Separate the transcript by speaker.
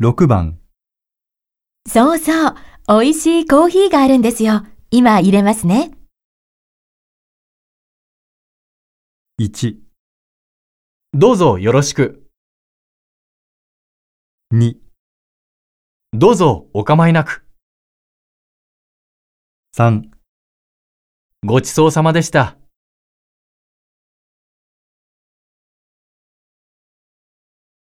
Speaker 1: 6番、
Speaker 2: そうそう、美味しいコーヒーがあるんですよ。今入れますね。
Speaker 1: 1、
Speaker 3: どうぞよろしく。
Speaker 1: 2、
Speaker 3: どうぞお構いなく。
Speaker 1: 3
Speaker 3: ごちそうさまでした。